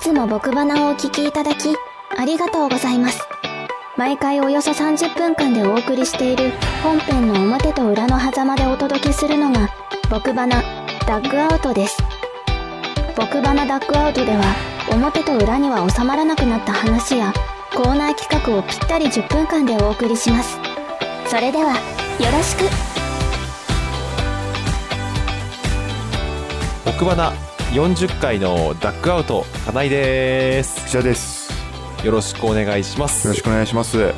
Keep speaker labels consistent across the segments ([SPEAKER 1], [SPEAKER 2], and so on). [SPEAKER 1] つも僕花をお聞きいただき、ありがとうございます。毎回およそ30分間でお送りしている本編の表と裏の狭間でお届けするのが、僕花ダッグアウトです。僕花ダッグアウトでは、表と裏には収まらなくなった話や、コーナー企画をぴったり10分間でお送りします。それでは、よろしく
[SPEAKER 2] 奥花40回のダックアウト金井です
[SPEAKER 3] 記者です。
[SPEAKER 2] よろしくお願いしま
[SPEAKER 3] よ
[SPEAKER 2] す
[SPEAKER 3] ろしくお願いします。は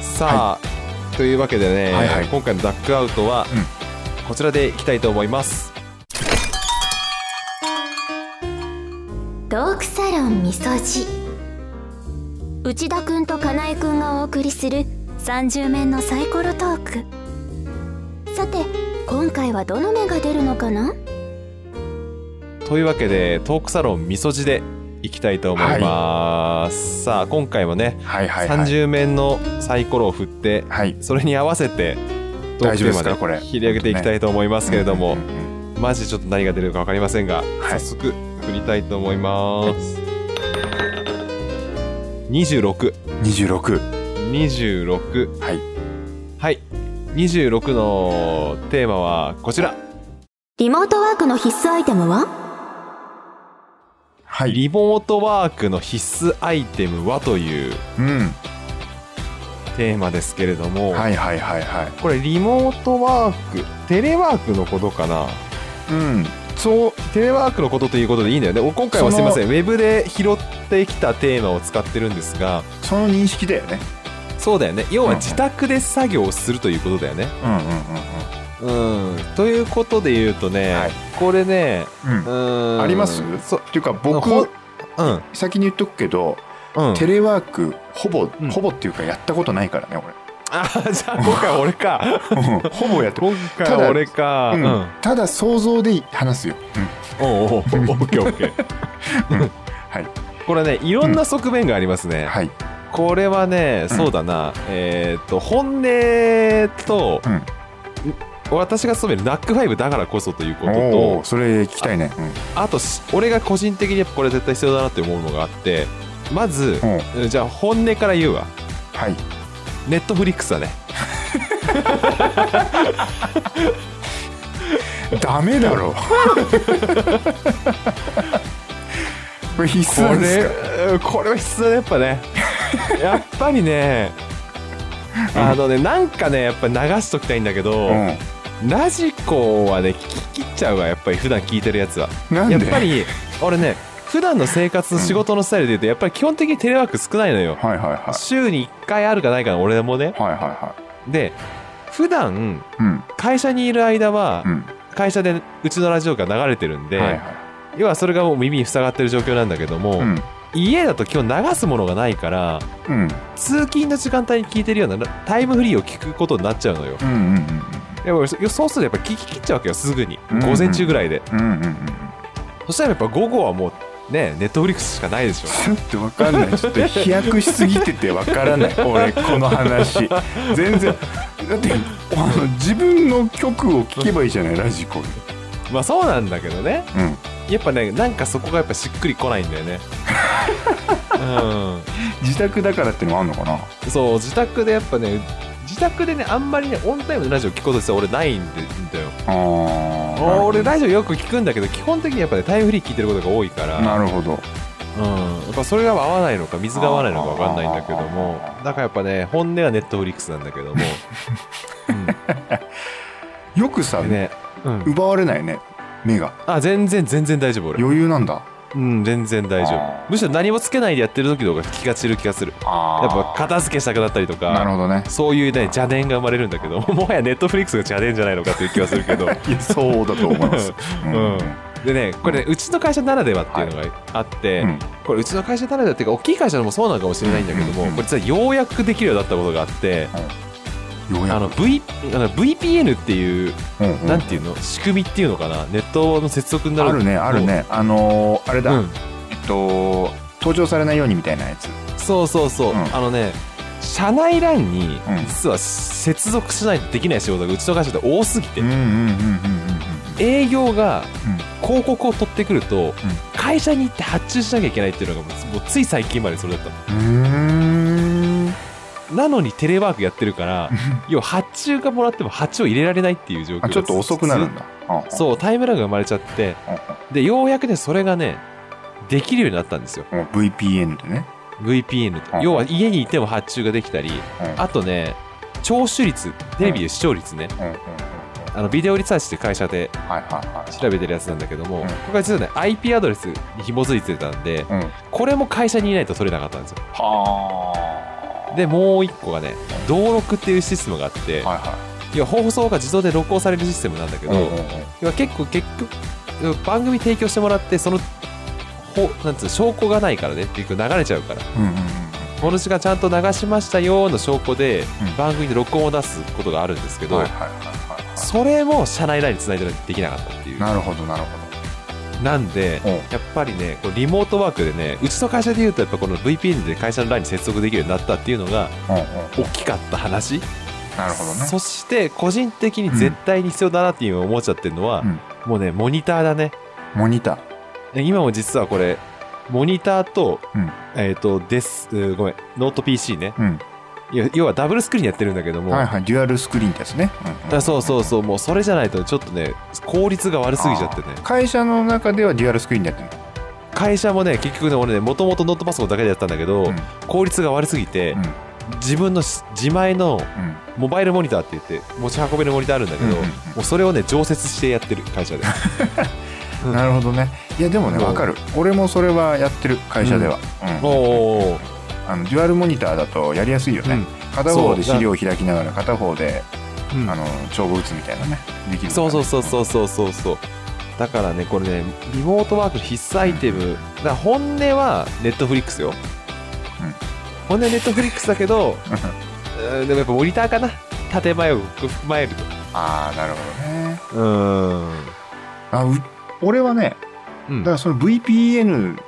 [SPEAKER 2] さあ、というわけでね、
[SPEAKER 3] はいはい
[SPEAKER 2] 今回のダックアウトは、こちらでいきたいと思います
[SPEAKER 1] トークサロンみそじ内田くんとかなえくんがお送りする30面のサイコロトークさて今回はどの目が出るのかな
[SPEAKER 2] というわけでトークサロンみそじでいきたいと思います、さあ今回もね、
[SPEAKER 3] いはいはい。
[SPEAKER 2] 30面のサイコロを振って
[SPEAKER 3] はい。
[SPEAKER 2] それに合わせてトーク
[SPEAKER 3] 大
[SPEAKER 2] テ
[SPEAKER 3] 丈夫で
[SPEAKER 2] ーマ
[SPEAKER 3] すか
[SPEAKER 2] で
[SPEAKER 3] これ
[SPEAKER 2] 切り上げていきたいと思いますけれども、
[SPEAKER 3] うんうんうん
[SPEAKER 2] マジでちょっと何が出るか分かりませんが、
[SPEAKER 3] はい
[SPEAKER 2] 早速振りたいと思います、2626
[SPEAKER 3] うん26。はい。
[SPEAKER 2] はい26のテーマはこちら
[SPEAKER 1] リモートワークの必須アイテムは
[SPEAKER 3] はい。
[SPEAKER 2] リモートワークの必須アイテムはという
[SPEAKER 3] うん。
[SPEAKER 2] テーマですけれども、
[SPEAKER 3] はいはいはいはい。
[SPEAKER 2] これリモートワークテレワークのことかな
[SPEAKER 3] うん。
[SPEAKER 2] そうテレワークのことということでいいんだよねお今回はすいませんウェブで拾ってきたテーマを使ってるんですが
[SPEAKER 3] その認識だよね。
[SPEAKER 2] そうだよね要
[SPEAKER 3] うん
[SPEAKER 2] は
[SPEAKER 3] うん
[SPEAKER 2] 自宅で作業をするということだよね。
[SPEAKER 3] うんうん
[SPEAKER 2] うん、ということで言うとね、
[SPEAKER 3] はい
[SPEAKER 2] これね
[SPEAKER 3] うん
[SPEAKER 2] う
[SPEAKER 3] うん。う
[SPEAKER 2] ー
[SPEAKER 3] ん。っ
[SPEAKER 2] ん
[SPEAKER 3] あります
[SPEAKER 2] そ
[SPEAKER 3] ていうか
[SPEAKER 2] ほ
[SPEAKER 3] 僕、
[SPEAKER 2] うん
[SPEAKER 3] 先に言っとくけど、
[SPEAKER 2] うん、
[SPEAKER 3] テレワーク、ほぼ
[SPEAKER 2] ん、
[SPEAKER 3] ほぼっていうかやったことないからね、
[SPEAKER 2] あじゃあ今回は俺か
[SPEAKER 3] 俺。うんほぼやって。
[SPEAKER 2] 今回は俺か
[SPEAKER 3] う
[SPEAKER 2] うんん、
[SPEAKER 3] ただ想像で話すよ。
[SPEAKER 2] おうおうオッケーオッケ
[SPEAKER 3] うん
[SPEAKER 2] ー
[SPEAKER 3] はい
[SPEAKER 2] これねいろんな側面があります
[SPEAKER 3] うん
[SPEAKER 2] ね、
[SPEAKER 3] はい。
[SPEAKER 2] これはね
[SPEAKER 3] うん
[SPEAKER 2] そうだな、えーっと本音と、
[SPEAKER 3] うん
[SPEAKER 2] 私が勤める NAC5 だからこそということ
[SPEAKER 3] お
[SPEAKER 2] と
[SPEAKER 3] お、それ聞きたいね。うん
[SPEAKER 2] あとし俺が個人的にやっぱこれ絶対必要だなって思うのがあってまず、
[SPEAKER 3] うん
[SPEAKER 2] うんじゃあ本音から言うわ
[SPEAKER 3] はい。
[SPEAKER 2] ネットフリックスだね
[SPEAKER 3] ダメだろこれ必須
[SPEAKER 2] こ
[SPEAKER 3] なんで
[SPEAKER 2] れ
[SPEAKER 3] す
[SPEAKER 2] うんこれは必須だねやっぱねやっぱ りねあのねなんかねやっぱ流しときたいんだけど、
[SPEAKER 3] か
[SPEAKER 2] ラジコはね聞き切っちゃうわやっぱり普段聞いてるやつは
[SPEAKER 3] うんなんで
[SPEAKER 2] やっぱり俺ね普段の生活仕事のスタイルで言うとやっぱり基本的にテレワーク少ないのよ
[SPEAKER 3] はいはいはい
[SPEAKER 2] 週に1回あるかないかの俺もね
[SPEAKER 3] はいはいは
[SPEAKER 2] で普段
[SPEAKER 3] いうん
[SPEAKER 2] 会社にいる間は
[SPEAKER 3] うん
[SPEAKER 2] 会社でうちのラジオが流れてるんで、
[SPEAKER 3] はいはい
[SPEAKER 2] 要はそれがもう耳に塞がってる状況なんだけども、
[SPEAKER 3] うん
[SPEAKER 2] 家だと基本流すものがないから
[SPEAKER 3] うん
[SPEAKER 2] 通勤の時間帯に聞いてるようなタイムフリーを聞くことになっちゃうのよ
[SPEAKER 3] うんうん
[SPEAKER 2] でもそそうするとやっぱ聞き切っちゃうわけよすぐに
[SPEAKER 3] うんうん
[SPEAKER 2] 午前中ぐらいで、
[SPEAKER 3] うんうんうんうんうん
[SPEAKER 2] そしたらやっぱ午後はもうねネットフリックスしかないでしょ
[SPEAKER 3] ちょっとわかんないちょっと飛躍しすぎててわからない俺この話全然だってあの自分の曲を聴けばいいじゃないラジコで
[SPEAKER 2] まあそうなんだけどね
[SPEAKER 3] うん
[SPEAKER 2] やっぱねなんかそこがやっぱしっくりこないんだよねう
[SPEAKER 3] 自宅だからってのもあんのかなん
[SPEAKER 2] そう自宅でやっぱね自宅でねあんまりねオンタイムのラジオ聞くことって俺ないんだよ
[SPEAKER 3] あー
[SPEAKER 2] 俺ラジオよく聞くんだけど基本的にやっぱねタイムフリー聞いてることが多いから
[SPEAKER 3] なるほど
[SPEAKER 2] うん、やっぱそれが合わないのか水が合わないのか分かんないんだけども
[SPEAKER 3] あー
[SPEAKER 2] だからやっぱね本音はネットフリックスなんだけ ども、
[SPEAKER 3] よくさ
[SPEAKER 2] うん、でね、うん、
[SPEAKER 3] 奪われないね目が
[SPEAKER 2] あ全然全然大丈夫俺
[SPEAKER 3] 余裕なんだ
[SPEAKER 2] うん全然大丈
[SPEAKER 3] あ
[SPEAKER 2] 夫
[SPEAKER 3] ー
[SPEAKER 2] むしろ何もつけないでやってる時の方が気が散る気がする
[SPEAKER 3] あ
[SPEAKER 2] やっぱ片付けしたくなったりと
[SPEAKER 3] なる
[SPEAKER 2] か
[SPEAKER 3] ほどね
[SPEAKER 2] そういうね邪念が生まれるんだけどもはやネットフリックスが邪念じゃないのかっていう気がするけど、
[SPEAKER 3] いやそうだと思います
[SPEAKER 2] うんでねこれねうちの会社ならではっていうのがあって、
[SPEAKER 3] うん
[SPEAKER 2] これうちの会社ならではっていうか大きい会社でもそうなのかもしれないんだけども、
[SPEAKER 3] うんうんう
[SPEAKER 2] こ
[SPEAKER 3] ん
[SPEAKER 2] れ実はようやくできるようになったことがあって、
[SPEAKER 3] ようや
[SPEAKER 2] あの v あの VPN っていう、
[SPEAKER 3] く、うんうん
[SPEAKER 2] なんていうの仕組みっていうのかなネットの接続になる
[SPEAKER 3] あるねあるねあのーあれ
[SPEAKER 2] う
[SPEAKER 3] だ、
[SPEAKER 2] ん、
[SPEAKER 3] えっと登場されないようにみたいなやつ
[SPEAKER 2] そうそうそう、
[SPEAKER 3] うん
[SPEAKER 2] あのね社内 LAN に
[SPEAKER 3] うん
[SPEAKER 2] 実は接続しないとできない仕事がうちの会社で多すぎて、
[SPEAKER 3] うんうんうんうんうん
[SPEAKER 2] 営業が
[SPEAKER 3] うん
[SPEAKER 2] 広告を取ってくると、会社に行って発注しなきゃいけないっていうのがもうもうつい最近までそれだったの
[SPEAKER 3] うー ん
[SPEAKER 2] なのにテレワークやってる から要は発注がもらっても発注を入れられないっていう状況が
[SPEAKER 3] あちょっと遅くなるんだあう
[SPEAKER 2] そうタイムラグが生まれちゃってでようやくねそれがねできるようになったんですよ
[SPEAKER 3] んうん VPN でね
[SPEAKER 2] VPN と
[SPEAKER 3] うん
[SPEAKER 2] 要は家にいても発注ができたり
[SPEAKER 3] うん
[SPEAKER 2] あとね聴取率テレビで視聴率ね
[SPEAKER 3] うんうんうんうん
[SPEAKER 2] あのビデオリサーチって会社で
[SPEAKER 3] はいはいはい
[SPEAKER 2] 調べてるやつなんだけども
[SPEAKER 3] うん
[SPEAKER 2] これが実はね IP アドレスに紐づいてたんで
[SPEAKER 3] うんは
[SPEAKER 2] これも会社にいないと取れなかったんですよ
[SPEAKER 3] あ
[SPEAKER 2] でもう一個がね登録っていうシステムがあって
[SPEAKER 3] はいは
[SPEAKER 2] 要は放送が自動で録音されるシステムなんだけ
[SPEAKER 3] い
[SPEAKER 2] ど、
[SPEAKER 3] うんうんうん
[SPEAKER 2] 要は結構結局番組提供してもらってそのほなんつうの証拠がないからね結局流れちゃうから
[SPEAKER 3] うんうんうん
[SPEAKER 2] この時間ちゃんと流しましたよの証拠で
[SPEAKER 3] うん
[SPEAKER 2] 番組で録音を出すことがあるんですけど、
[SPEAKER 3] はいはいはいはいは
[SPEAKER 2] それも社内ラインにつないでできなかったってい
[SPEAKER 3] いう
[SPEAKER 2] な
[SPEAKER 3] なるほどなるほ
[SPEAKER 2] んで
[SPEAKER 3] どうん
[SPEAKER 2] やっぱりねこうリモートワークでねうちの会社でいうとやっぱこの VPN で会社のラインに接続できるようになったっていうのが
[SPEAKER 3] うんうん
[SPEAKER 2] 大きかった話
[SPEAKER 3] なるほどね
[SPEAKER 2] そして個人的に絶対に必要だなって今思っちゃってるのは、
[SPEAKER 3] うん
[SPEAKER 2] もうねモニターだね
[SPEAKER 3] モニター
[SPEAKER 2] 今も実はこれモニターと,、
[SPEAKER 3] うん
[SPEAKER 2] えー、とですうーごめんノート PC ね
[SPEAKER 3] うん
[SPEAKER 2] 要要はダブルスクリーンやってるんだけども、
[SPEAKER 3] はいはいデュアルスクリーンってやつねうんうん
[SPEAKER 2] だそうそうそうもうそれじゃないとちょっとね効率が悪すぎちゃってね
[SPEAKER 3] 会社の中ではデュアルスクリーンでやってるの
[SPEAKER 2] 会社もね結局ね俺ねもともとノートパソコンだけでやったんだけど、
[SPEAKER 3] うん
[SPEAKER 2] 効率が悪すぎて、
[SPEAKER 3] うん
[SPEAKER 2] 自分のし自前の
[SPEAKER 3] うん
[SPEAKER 2] モバイルモニターって言って持ち運べるモニターあるんだけど、
[SPEAKER 3] うんうんうん
[SPEAKER 2] もうそれをね常設してやってる会 社でうん
[SPEAKER 3] なるほどねいやでもね
[SPEAKER 2] そう
[SPEAKER 3] わかる俺もそれはやってる会社では、うん
[SPEAKER 2] おー
[SPEAKER 3] あのデュアルモニターだとやりやすいよ
[SPEAKER 2] う
[SPEAKER 3] ね、
[SPEAKER 2] ん
[SPEAKER 3] 片方で
[SPEAKER 2] そう
[SPEAKER 3] 資料を開きながら片方で、
[SPEAKER 2] うん
[SPEAKER 3] あの帳簿打つみたいなねできる
[SPEAKER 2] そうそうそう
[SPEAKER 3] う
[SPEAKER 2] そうそうそうそうだからねこれねリモートワークの必須アイテムだから本音はネットフリックスよ、
[SPEAKER 3] うん
[SPEAKER 2] 本音はネットフリックスだけどうんでもやっぱモニターかな建前を踏まえると
[SPEAKER 3] ああなるほどね
[SPEAKER 2] うーん
[SPEAKER 3] あう俺はね
[SPEAKER 2] う
[SPEAKER 3] だ
[SPEAKER 2] ん
[SPEAKER 3] からその VPN っ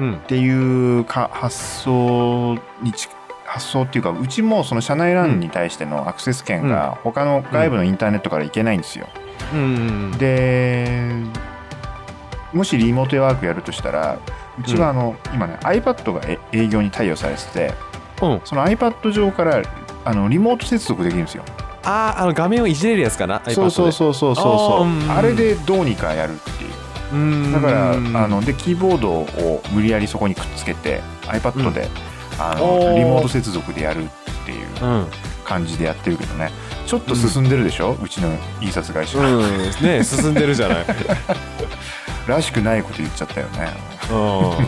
[SPEAKER 2] うん
[SPEAKER 3] ていうか発想にち発想っていうかうちもその社内 LAN に対してのアクセス権が他の外部のインターネットからいけないんですよ、
[SPEAKER 2] うん
[SPEAKER 3] でもしリモートワークやるとしたらうちはあの、今ね iPad がえ営業に貸与されてて
[SPEAKER 2] うん
[SPEAKER 3] その iPad 上からあのリモート接続できるんですよ
[SPEAKER 2] あーあの画面をいじれるやつかな
[SPEAKER 3] そうそうそうそうそう
[SPEAKER 2] あー
[SPEAKER 3] そう
[SPEAKER 2] うんうん
[SPEAKER 3] あれでどうにかやるっていう
[SPEAKER 2] うーん
[SPEAKER 3] だからあのでキーボードを無理やりそこにくっつけて iPad で、あ
[SPEAKER 2] お
[SPEAKER 3] の
[SPEAKER 2] ー
[SPEAKER 3] リモート接続でやるっていう
[SPEAKER 2] うん
[SPEAKER 3] 感じでやってるけどねちょっと進んでるでしょ、うちの印刷会社、
[SPEAKER 2] うんね進んでるじゃ ない
[SPEAKER 3] らしくないこと言っちゃったよね
[SPEAKER 2] うん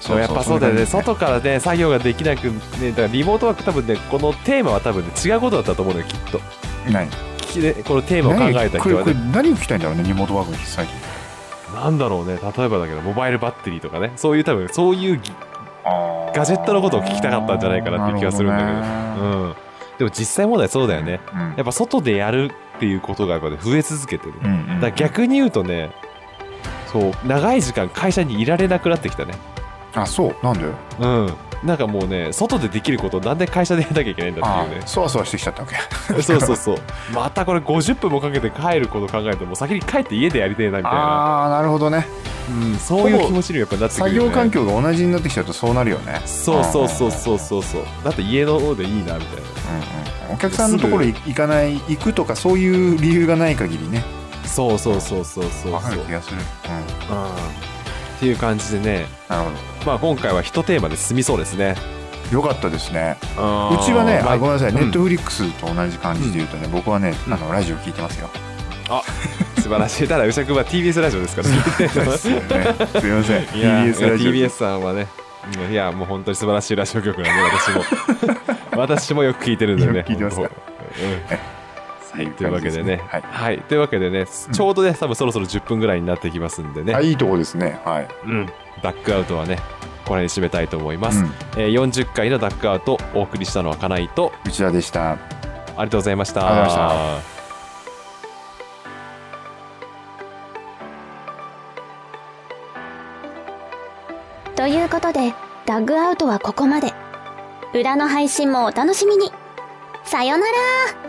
[SPEAKER 2] そうやっぱそうだよね外からね作業ができなくねだからリモートワーク多分ねこのテーマは多分ね違うことだったと思うのよきっと
[SPEAKER 3] 何
[SPEAKER 2] きねこのテーマを考えた人は
[SPEAKER 3] これこれ
[SPEAKER 2] ね
[SPEAKER 3] 何を聞きたいんだろうねリモートワークの必須アイテム
[SPEAKER 2] なんだろうね例えばだけどモバイルバッテリーとかねそういう多分そういうぎガジェットのことを聞きたかったんじゃないかなっていう気がするんだけど
[SPEAKER 3] なる
[SPEAKER 2] うんでも実際問題そうだよね
[SPEAKER 3] ほどね
[SPEAKER 2] やっぱ外でやるっていうことがやっぱね増え続けてるだ
[SPEAKER 3] う
[SPEAKER 2] か
[SPEAKER 3] んうん
[SPEAKER 2] ら逆に言うとねそう長い時間会社にいられなくなってきたね
[SPEAKER 3] あそうなんだよ
[SPEAKER 2] うんなんかもうね外でできることをなんで会社でやんなきゃいけないんだっ
[SPEAKER 3] あ
[SPEAKER 2] ていうね
[SPEAKER 3] そわそわしてきちゃったわけ
[SPEAKER 2] そうそうそう。またこれ50分もかけて帰ること考えると、もう先に帰って家でやりてえなみたいな。
[SPEAKER 3] ああなるほどね
[SPEAKER 2] うん、そういう気持ちにやっぱなってく
[SPEAKER 3] 作
[SPEAKER 2] るよ、ね。
[SPEAKER 3] 業環境が同じになってきちゃうとそうなるよね
[SPEAKER 2] そうそうそうそうそうそう。だって家の方でいいなみたいな。
[SPEAKER 3] うんうんお客さんのところ行かない行くとかそういう理由がない限りね
[SPEAKER 2] そうそうそうそうそう
[SPEAKER 3] わか
[SPEAKER 2] そう。う
[SPEAKER 3] る
[SPEAKER 2] ん。っ
[SPEAKER 3] 気がするうん
[SPEAKER 2] ていう感じでね、
[SPEAKER 3] なるほ
[SPEAKER 2] まあ今回は一テーマで済みそうですね。
[SPEAKER 3] どよかったですね
[SPEAKER 2] うち
[SPEAKER 3] うちはねあごめんなさい
[SPEAKER 2] うん
[SPEAKER 3] ネットフリックスと同じ感じで言うとね僕はねあのラジオ聞いてま すよ
[SPEAKER 2] 素晴らしい。ただ、うしゃくんは TBS ラジオです から、
[SPEAKER 3] ですよねすいません
[SPEAKER 2] いや
[SPEAKER 3] TBS ラジオ
[SPEAKER 2] TBS さんはね、うんいや、もう本当に素晴らしいラジオ局なん で、私も。私もよく聞いてるんでね。
[SPEAKER 3] よく聞いてますか
[SPEAKER 2] うん
[SPEAKER 3] はい
[SPEAKER 2] というわけでね、は、
[SPEAKER 3] はいい、
[SPEAKER 2] というわけでね、
[SPEAKER 3] うん
[SPEAKER 2] ちょうどね、多分そろそろ10分ぐらいになってきますんでね、
[SPEAKER 3] あいいとこですね。はい。
[SPEAKER 2] うん、ダックアウトはね、これに締めたいと思います。
[SPEAKER 3] うん
[SPEAKER 2] えー40回のダックアウト、お送りしたのはかないと、
[SPEAKER 3] 内田でした。
[SPEAKER 2] ありがとうございました。
[SPEAKER 3] ありがとうございま
[SPEAKER 2] した。
[SPEAKER 1] ということで、ダッグアウトはここまで。裏の配信もお楽しみに。さよなら